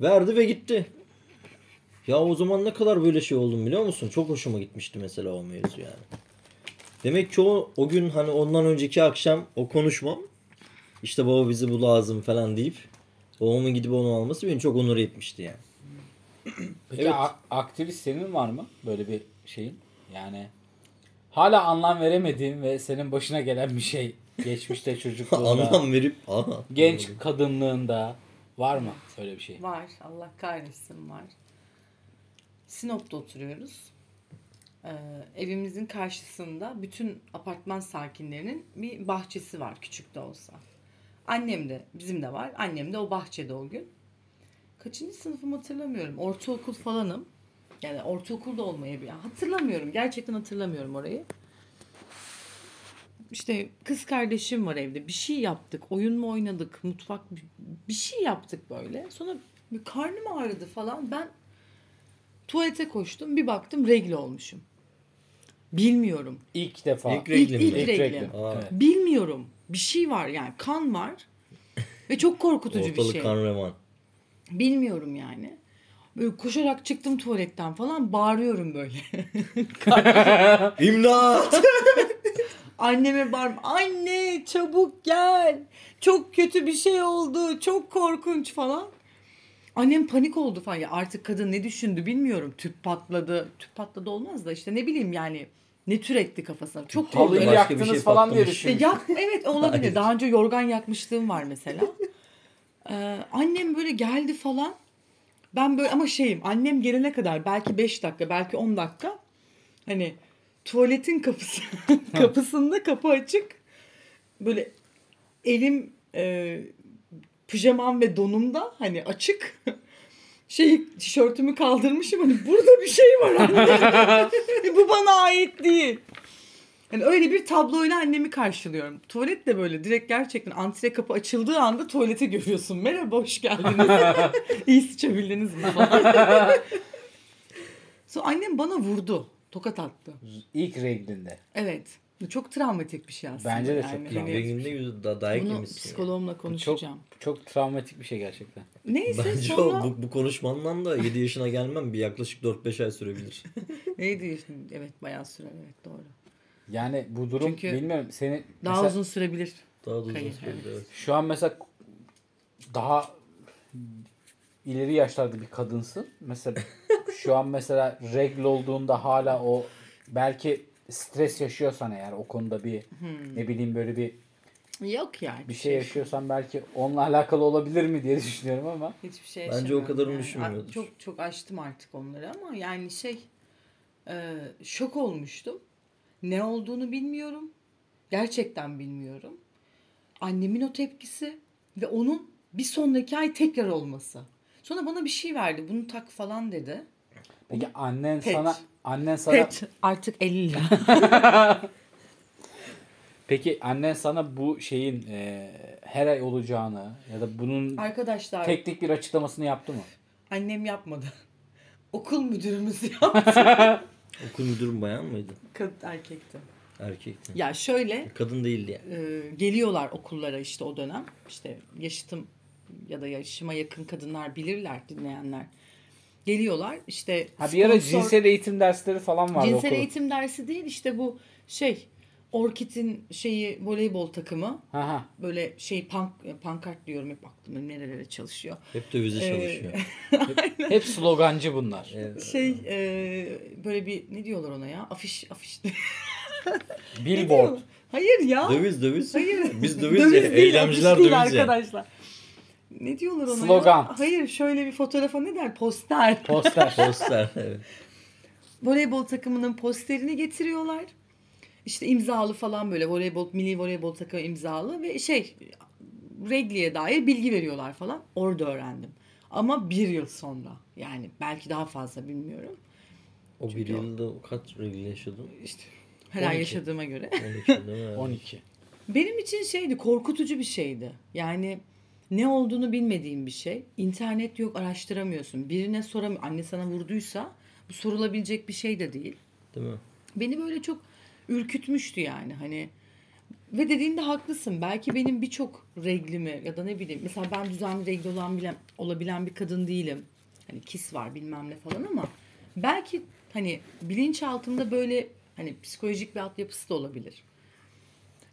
Verdi ve gitti. Ya o zaman ne kadar böyle şey oldum biliyor musun? Çok hoşuma gitmişti mesela o mevzu yani. Demek ki o, o gün hani ondan önceki akşam o konuşmam. işte baba bizi bu lazım falan deyip babamın gidip onu alması beni çok onur etmişti yani.
Peki
Evet.
a- aktivist senin var mı böyle bir şeyin? Yani hala anlam veremediğin ve senin başına gelen bir şey geçmişte çocukluğunda,
Anlam verip aha.
genç kadınlığında var mı öyle bir şey?
var. Allah kahretsin var.
Sinop'ta oturuyoruz. Ee, evimizin karşısında bütün apartman sakinlerinin bir bahçesi var küçük de olsa. Annem de bizim de var. Annem de o bahçede o gün. Kaçıncı sınıfım hatırlamıyorum. Ortaokul falanım. Yani ortaokulda olmayabilir. Hatırlamıyorum. Gerçekten hatırlamıyorum orayı. İşte kız kardeşim var evde. Bir şey yaptık. Oyun mu oynadık? Mutfak bir şey yaptık böyle. Sonra bir karnım ağrıdı falan. Ben Tuvalete koştum bir baktım regle olmuşum. Bilmiyorum.
İlk defa.
İlk
İlk,
reglim
ilk
mi?
İlk
reglim.
reglim.
Aa.
Evet.
Bilmiyorum. Bir şey var yani kan var. Ve çok korkutucu bir
Ortalık
şey.
kan revan.
Bilmiyorum yani. Böyle koşarak çıktım tuvaletten falan bağırıyorum böyle.
İmdat!
Anneme bağırma. Anne çabuk gel. Çok kötü bir şey oldu. Çok korkunç falan. Annem panik oldu falan. Ya artık kadın ne düşündü bilmiyorum. Tüp patladı. Tüp patladı olmaz da işte ne bileyim yani. Ne tür etti kafasına. Çok
patladı.
korkunç.
Halıyı
Başka bir
yaktınız
şey
falan diye
patlamış.
düşün.
E, yak, evet olabilir. Daha önce yorgan yakmışlığım var mesela. Ee, annem böyle geldi falan. Ben böyle ama şeyim annem gelene kadar belki 5 dakika belki 10 dakika hani tuvaletin kapısı kapısında kapı açık. Böyle elim e, pijamam ve donumda hani açık. Şey tişörtümü kaldırmışım hani burada bir şey var anne. Bu bana ait değil. Yani Hani öyle bir tabloyla annemi karşılıyorum. Tuvalet de böyle direkt gerçekten antre kapı açıldığı anda tuvalete görüyorsun. Merhaba hoş geldiniz. İyi sıçabildiniz mi falan. Sonra annem bana vurdu. Tokat attı.
İlk reglinde.
Evet. Bu çok travmatik bir şey aslında.
Bence de çok
yani.
travmatik.
Hani
Renginde yüzü da dayak
Bunu
yemişsin. ya.
psikoloğumla
Bu Çok,
konuşacağım.
çok travmatik bir şey gerçekten.
Neyse
Bence
sonra...
o, bu, bu konuşmandan da 7 yaşına gelmem bir yaklaşık 4-5 ay sürebilir.
Neydi? işte? Evet bayağı sürer. Evet doğru.
Yani bu durum
Çünkü
bilmiyorum seni
Daha
mesela-
uzun sürebilir.
Daha da uzun
Hayır,
sürebilir. evet.
Şu an mesela daha ileri yaşlarda bir kadınsın. Mesela şu an mesela regl olduğunda hala o belki stres yaşıyorsan eğer o konuda bir
Hmm.
ne bileyim böyle bir
Yok yani.
bir şey yaşıyorsan belki onunla alakalı olabilir mi diye düşünüyorum ama
Hiçbir şey
Bence o
yaşamıyorum
kadarını
yani.
düşünmüyordur.
A- Çok çok açtım artık onları ama yani şey e, şok olmuştum. Ne olduğunu bilmiyorum. Gerçekten bilmiyorum. Annemin o tepkisi ve onun bir sonraki ay tekrar olması. Sonra bana bir şey verdi. Bunu tak falan dedi.
peki annen
Pet.
sana annen sana
Artık 50 lira.
peki annen sana bu şeyin e, her ay olacağını ya da bunun
Arkadaşlar
teknik bir açıklamasını yaptı mı?
annem yapmadı. Okul müdürümüz yaptı.
Okul müdürüm bayan mıydı?
Kadın erkekti.
Erkekti.
Ya şöyle
Kadın değildi yani.
e, geliyorlar okullara işte o dönem. İşte yaşıtım ya da yaşıma yakın kadınlar bilirler dinleyenler. Geliyorlar işte
Ha bir ara
sponsor-
cinsel eğitim dersleri falan vardı
cinsel
okulda.
eğitim dersi değil işte bu şey Orkid'in şeyi voleybol takımı
Ha ha.
böyle şey pank, pankart diyorum hep aklıma nerelere çalışıyor.
Hep dövize
Ee,
çalışıyor.
Hep slogancı bunlar.
Evet.
Şey e, böyle bir ne diyorlar ona ya afiş afiş.
Billboard.
Hayır ya.
Döviz döviz.
Hayır.
Biz döviz, ya. Eylemciler
alkış
döviz
değil
ya.
arkadaşlar. Ne diyorlar ona? ya?
Slogan.
Hayır şöyle bir fotoğrafa ne der? Poster.
Poster.
Poster. Evet.
voleybol takımının posterini getiriyorlar. İşte imzalı falan böyle voleybol milli voleybol takımı imzalı ve şey regliye dair bilgi veriyorlar falan. Orada öğrendim. Ama bir yıl sonra yani belki daha fazla bilmiyorum.
O bir yılda kaç regl yaşadın?
İşte her ay
12.
yaşadığıma göre.
12 değil mi?
12.
Benim için şeydi korkutucu bir şeydi. Yani ne olduğunu bilmediğim bir şey. İnternet yok araştıramıyorsun. Birine soramıyorsun. Anne sana vurduysa bu sorulabilecek bir şey de değil.
Değil mi?
Beni böyle çok ürkütmüştü yani hani. Ve dediğinde haklısın. Belki benim birçok reglimi ya da ne bileyim. Mesela ben düzenli regli olan bilen, olabilen bir kadın değilim. Hani kis var bilmem ne falan ama belki hani bilinçaltımda böyle hani psikolojik bir altyapısı da olabilir.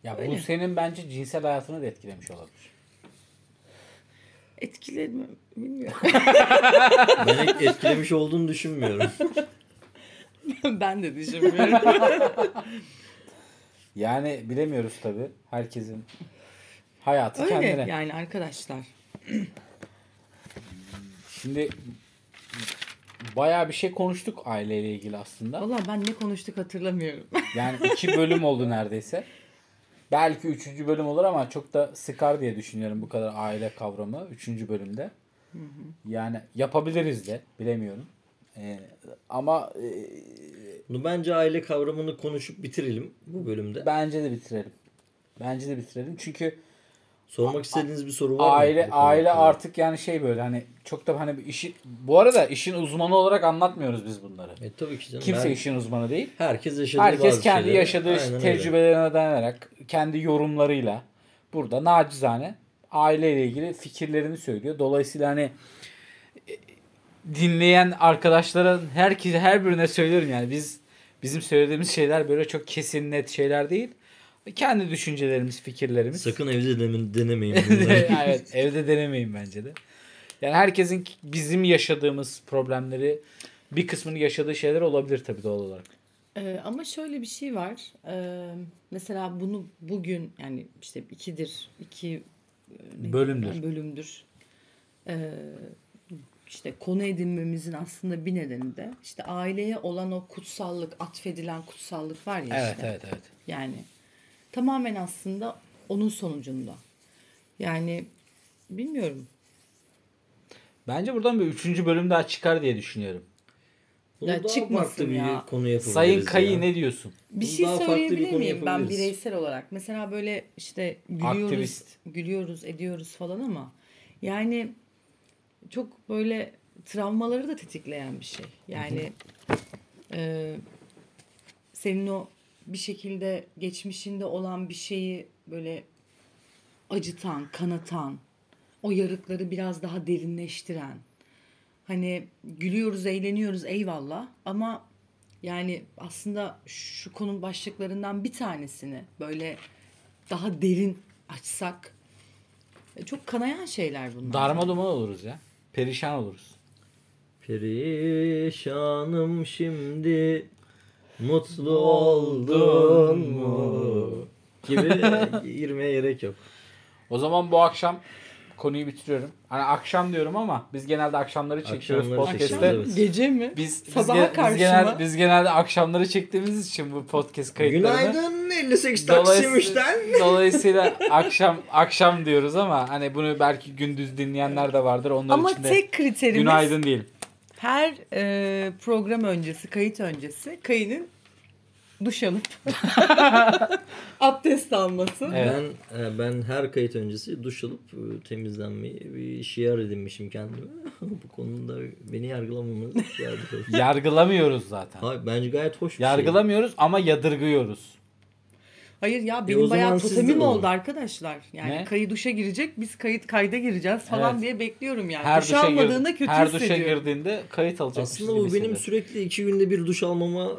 Ya bu
Öyle.
senin bence cinsel hayatını da etkilemiş olabilir.
Etkiler mi bilmiyorum.
Ben et- etkilemiş olduğunu düşünmüyorum.
ben de düşünmüyorum.
Yani bilemiyoruz tabii. Herkesin hayatı
Öyle
kendine.
yani arkadaşlar.
Şimdi bayağı bir şey konuştuk aileyle ilgili aslında.
Valla ben ne konuştuk hatırlamıyorum.
Yani iki bölüm oldu neredeyse. Belki üçüncü bölüm olur ama çok da sıkar diye düşünüyorum bu kadar aile kavramı. Üçüncü bölümde. Yani yapabiliriz de bilemiyorum. Ee, ama e,
Bunu bence aile kavramını konuşup bitirelim bu bölümde.
bence de bitirelim. Bence de bitirelim. Çünkü
Sormak istediğiniz bir soru var mı?
aile
Bu konu
aile
hakkında?
artık yani şey böyle hani çok da hani bir işi bu arada işin uzmanı olarak anlatmıyoruz biz bunları.
E tabii ki canım.
Kimse
Ben-
işin uzmanı değil.
Herkes yaşadığı
Herkes
bazı
kendi
şeyleri-
yaşadığı
Aynen öyle.
tecrübelerine dayanarak, kendi yorumlarıyla burada nacizane aileyle ilgili fikirlerini söylüyor. Dolayısıyla hani e, dinleyen arkadaşlara herkese her birine söylüyorum yani biz bizim söylediğimiz şeyler böyle çok kesin net şeyler değil. Kendi düşüncelerimiz, fikirlerimiz.
Sakın evde deneme- denemeyin bunları.
evet evde denemeyin bence de. Yani herkesin ki- bizim yaşadığımız problemleri bir kısmını yaşadığı şeyler olabilir tabii doğal olarak.
Ee, ama şöyle bir şey var. Ee, mesela bunu bugün yani işte ikidir, iki e, ne-
Bölümdür.
bölümdür. Ee, işte konu edinmemizin aslında bir nedeni de işte aileye olan o kutsallık, atfedilen kutsallık var ya
Evet
işte.
evet evet.
Yani tamamen aslında onun sonucunda. Yani bilmiyorum.
Bence buradan bir üçüncü bölüm daha çıkar diye düşünüyorum.
Bunu
Ya
daha
çıkmasın
farklı
ya.
bir konu yapabiliriz
Sayın
ya.
Kayı ne diyorsun?
Bir
Bunu
şey
daha farklı bir
söyleyebilir
konu
miyim ben
yapabiliriz.
bireysel olarak? Mesela böyle işte gülüyoruz,
Aktivist.
gülüyoruz, ediyoruz falan ama yani çok böyle travmaları da tetikleyen bir şey. Yani e, senin o bir şekilde geçmişinde olan bir şeyi böyle acıtan, kanatan, o yarıkları biraz daha derinleştiren. Hani gülüyoruz, eğleniyoruz eyvallah ama yani aslında şu konu başlıklarından bir tanesini böyle daha derin açsak e, çok kanayan şeyler bunlar.
Darma duman oluruz ya. Perişan oluruz.
Perişanım şimdi mutlu oldun mu? Gibi girmeye gerek yok.
O zaman bu akşam konuyu bitiriyorum. Hani akşam diyorum ama biz genelde akşamları çekiyoruz
Akşamları
podcast'te.
çekiyoruz, evet.
Gece mi?
Biz, biz,
Sabaha
ge- biz,
karşı
genel,
mı?
biz genelde akşamları çektiğimiz için bu podcast kayıtlarını.
Günaydın 58
Dolayısı-
Taksim'den.
dolayısıyla akşam akşam diyoruz ama hani bunu belki gündüz dinleyenler de vardır. Onlar
Ama
için de
tek kriterimiz
günaydın değil.
her e, program öncesi, kayıt öncesi kayının duş alıp abdest alması.
Evet.
Ben e, ben her kayıt öncesi duş alıp e, temizlenmeyi bir şiar edinmişim kendime. Bu konuda beni yargılamamanız yardımcı olur.
Yargılamıyoruz zaten.
Hayır bence gayet hoş bir şey.
Yargılamıyoruz ama yadırgıyoruz.
Hayır ya
E,
benim
o zaman
bayağı
siz de
totemim
olun.
oldu arkadaşlar. Yani
Ne?
kayı duşa girecek, biz kayıt kayda gireceğiz falan
Evet.
diye bekliyorum yani.
Her
duş
duşa, gir-
almadığında kötü
her duşa
hissediyorum.
girdiğinde kayıt alacak.
Aslında bu benim sürekli iki günde bir duş almama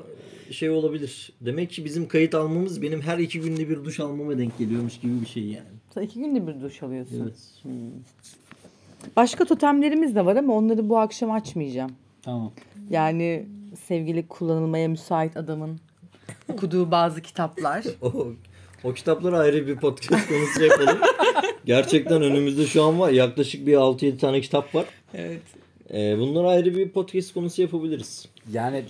şey olabilir. Demek ki bizim kayıt almamız benim her iki günde bir duş almama denk geliyormuş gibi bir şey yani.
Sen iki günde bir duş alıyorsun. Hmm.
Evet.
Başka totemlerimiz de var ama onları bu akşam açmayacağım.
Tamam.
Yani sevgili kullanılmaya müsait adamın okuduğu bazı kitaplar.
O, o kitaplara ayrı bir podcast konusu yapalım. Gerçekten önümüzde şu an var. Yaklaşık bir 6-7 tane kitap var.
evet.
Ee, bunlara ayrı bir podcast konusu yapabiliriz.
Yani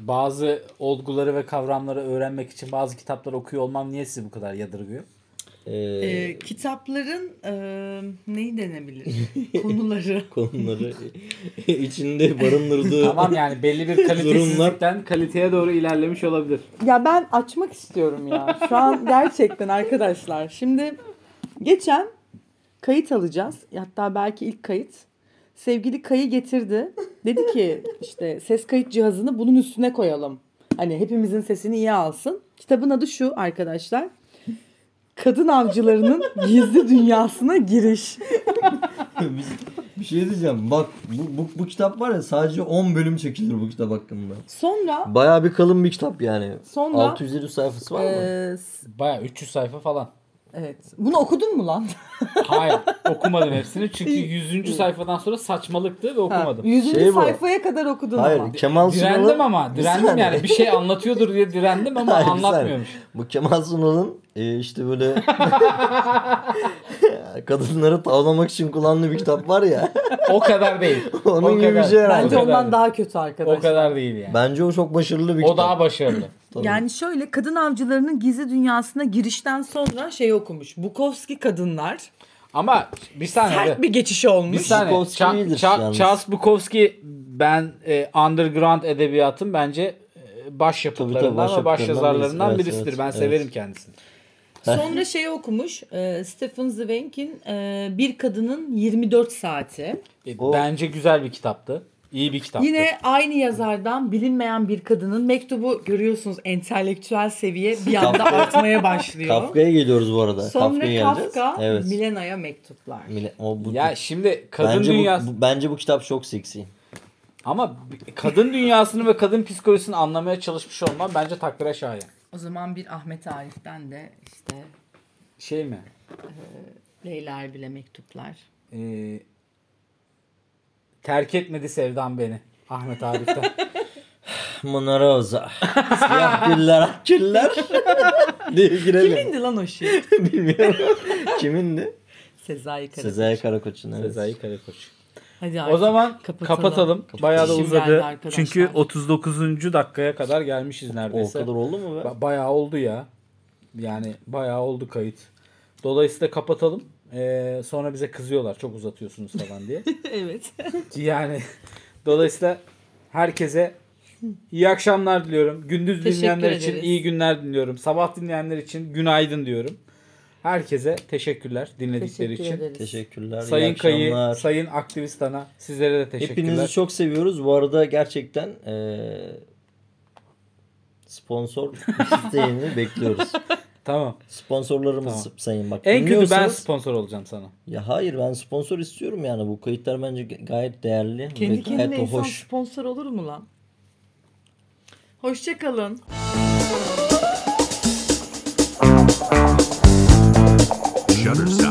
bazı olguları ve kavramları öğrenmek için bazı kitapları okuyor olmam niye sizi bu kadar yadırgıyor?
Ee,
Ee, kitapların eee, neyi denebilir? Konuları.
konuları içinde barındırdığı
Tamam yani belli bir kalitesizlikten kaliteye doğru ilerlemiş olabilir.
ya ben açmak istiyorum ya. Şu an gerçekten arkadaşlar. Şimdi geçen kayıt alacağız. Hatta belki ilk kayıt. Sevgili kayı getirdi. Dedi ki işte ses kayıt cihazını bunun üstüne koyalım. Hani hepimizin sesini iyi alsın. Kitabın adı şu arkadaşlar. Kadın avcılarının gizli dünyasına giriş.
Biz- bir şey diyeceğim. Bak bu, bu, bu kitap var ya sadece 10 bölüm çekilir bu kitap hakkında.
Sonra
Bayağı bir kalın bir kitap yani.
Sonra-
600 sayfası var mı?
eee, s-
Baya 300 sayfa falan.
evet. Bunu okudun mu lan?
Hayır okumadım hepsini çünkü 100. sayfadan sonra saçmalıktı ve okumadım.
100.
Şey bu.
sayfaya kadar okudun
Hayır
ama.
Kemal
Direndim
Sunal'ın
ama
Bir
direndim
saniye.
yani bir şey anlatıyordur diye direndim ama
Hayır, bir saniye.
anlatmıyormuş.
Bu Kemal Sunal'ın e, işte böyle kadınları tavlamak için kullandığı bir kitap var ya.
O kadar değil.
Onun
O
gibi
kadar.
bir şey herhalde.
Bence
O kadar
ondan
değil.
daha kötü arkadaşlar.
O kadar değil yani.
Bence o çok başarılı bir
O
kitap.
daha başarılı.
Tabii.
Yani şöyle kadın avcılarının gizli dünyasına girişten sonra şey okumuş. Bukowski kadınlar.
Ama bir saniye.
Sert bir geçiş olmuş.
Bir saniye.
şey Bukowski
Ça-
iyidir
Ça-
yalnız.
Charles Bukowski ben e, underground edebiyatın bence e,
Tabii,
başyapıtlarından
tabii,
ve başyazarlarından
başyapıtlarından birisi.
birisidir.
Evet,
ben
evet,
severim
evet.
kendisini.
Sonra şey okumuş. e, Stephen Zweig'in e, Bir Kadının 24 Saati.
E,
O-
Bence güzel bir kitaptı. İyi bir kitaptı.
Yine aynı yazardan bilinmeyen bir kadının mektubu görüyorsunuz entelektüel seviye bir anda
Kafka-
artmaya başlıyor.
Kafka'ya geliyoruz bu arada.
Sonra
Kafka'ya geleceğiz.
Kafka
Evet.
Milena'ya mektuplar.
Mile- o bu,
ya şimdi kadın
bence,
dünyası
bu, bu- bence bu kitap çok seksi.
ama kadın dünyasını ve kadın psikolojisini anlamaya çalışmış olman bence takdire şayan.
O zaman bir Ahmet Arif'ten de işte
Şey mi?
Leyla Erbil'e mektuplar.
Ee, terk etmedi sevdam beni. Ahmet Arif'ten.
Manara Oza. Siyah güller, ak güller. diye girelim.
Kimindi lan o şey?
Bilmiyorum. Kimindi?
Sezai Karakoç.
Sezai Karakoç'un. Evet.
Sezai Karakoç.
Hadi
O
artık
zaman kapatalım.
kapatalım.
Bayağı da
İşim geldi
uzadı.
arkadaşlar.
Çünkü 39. dakikaya kadar gelmişiz
O
neredeyse.
kadar oldu mu be?
Ba- Bayağı oldu ya. Yani bayağı oldu kayıt. Dolayısıyla kapatalım. Ee, sonra bize kızıyorlar çok uzatıyorsunuz falan diye.
evet.
yani dolayısıyla herkese iyi akşamlar diliyorum. Gündüz
Teşekkür
dinleyenler için
ederiz.
iyi günler diliyorum. Sabah dinleyenler için günaydın diyorum. Herkese teşekkürler dinledikleri
Teşekkür
için.
ederiz.
Teşekkürler. iyi
Sayın Kayı,
akşamlar.
Sayın Aktivist Ana sizlere de teşekkürler.
Hepinizi çok seviyoruz. Bu arada gerçekten eee, sponsor isteğini bekliyoruz.
Tamam.
Sponsorlarımız
Tamam.
sayın bak.
En kötü ben
dinliyorsanız-
sponsor olacağım sana.
Ya hayır ben sponsor istiyorum yani. Bu kayıtlar bence ga- gayet değerli. ve
Kendi kendine
gayet de
insan
hoş.
sponsor olur mu lan?
Hoşçakalın.
Shutterstock.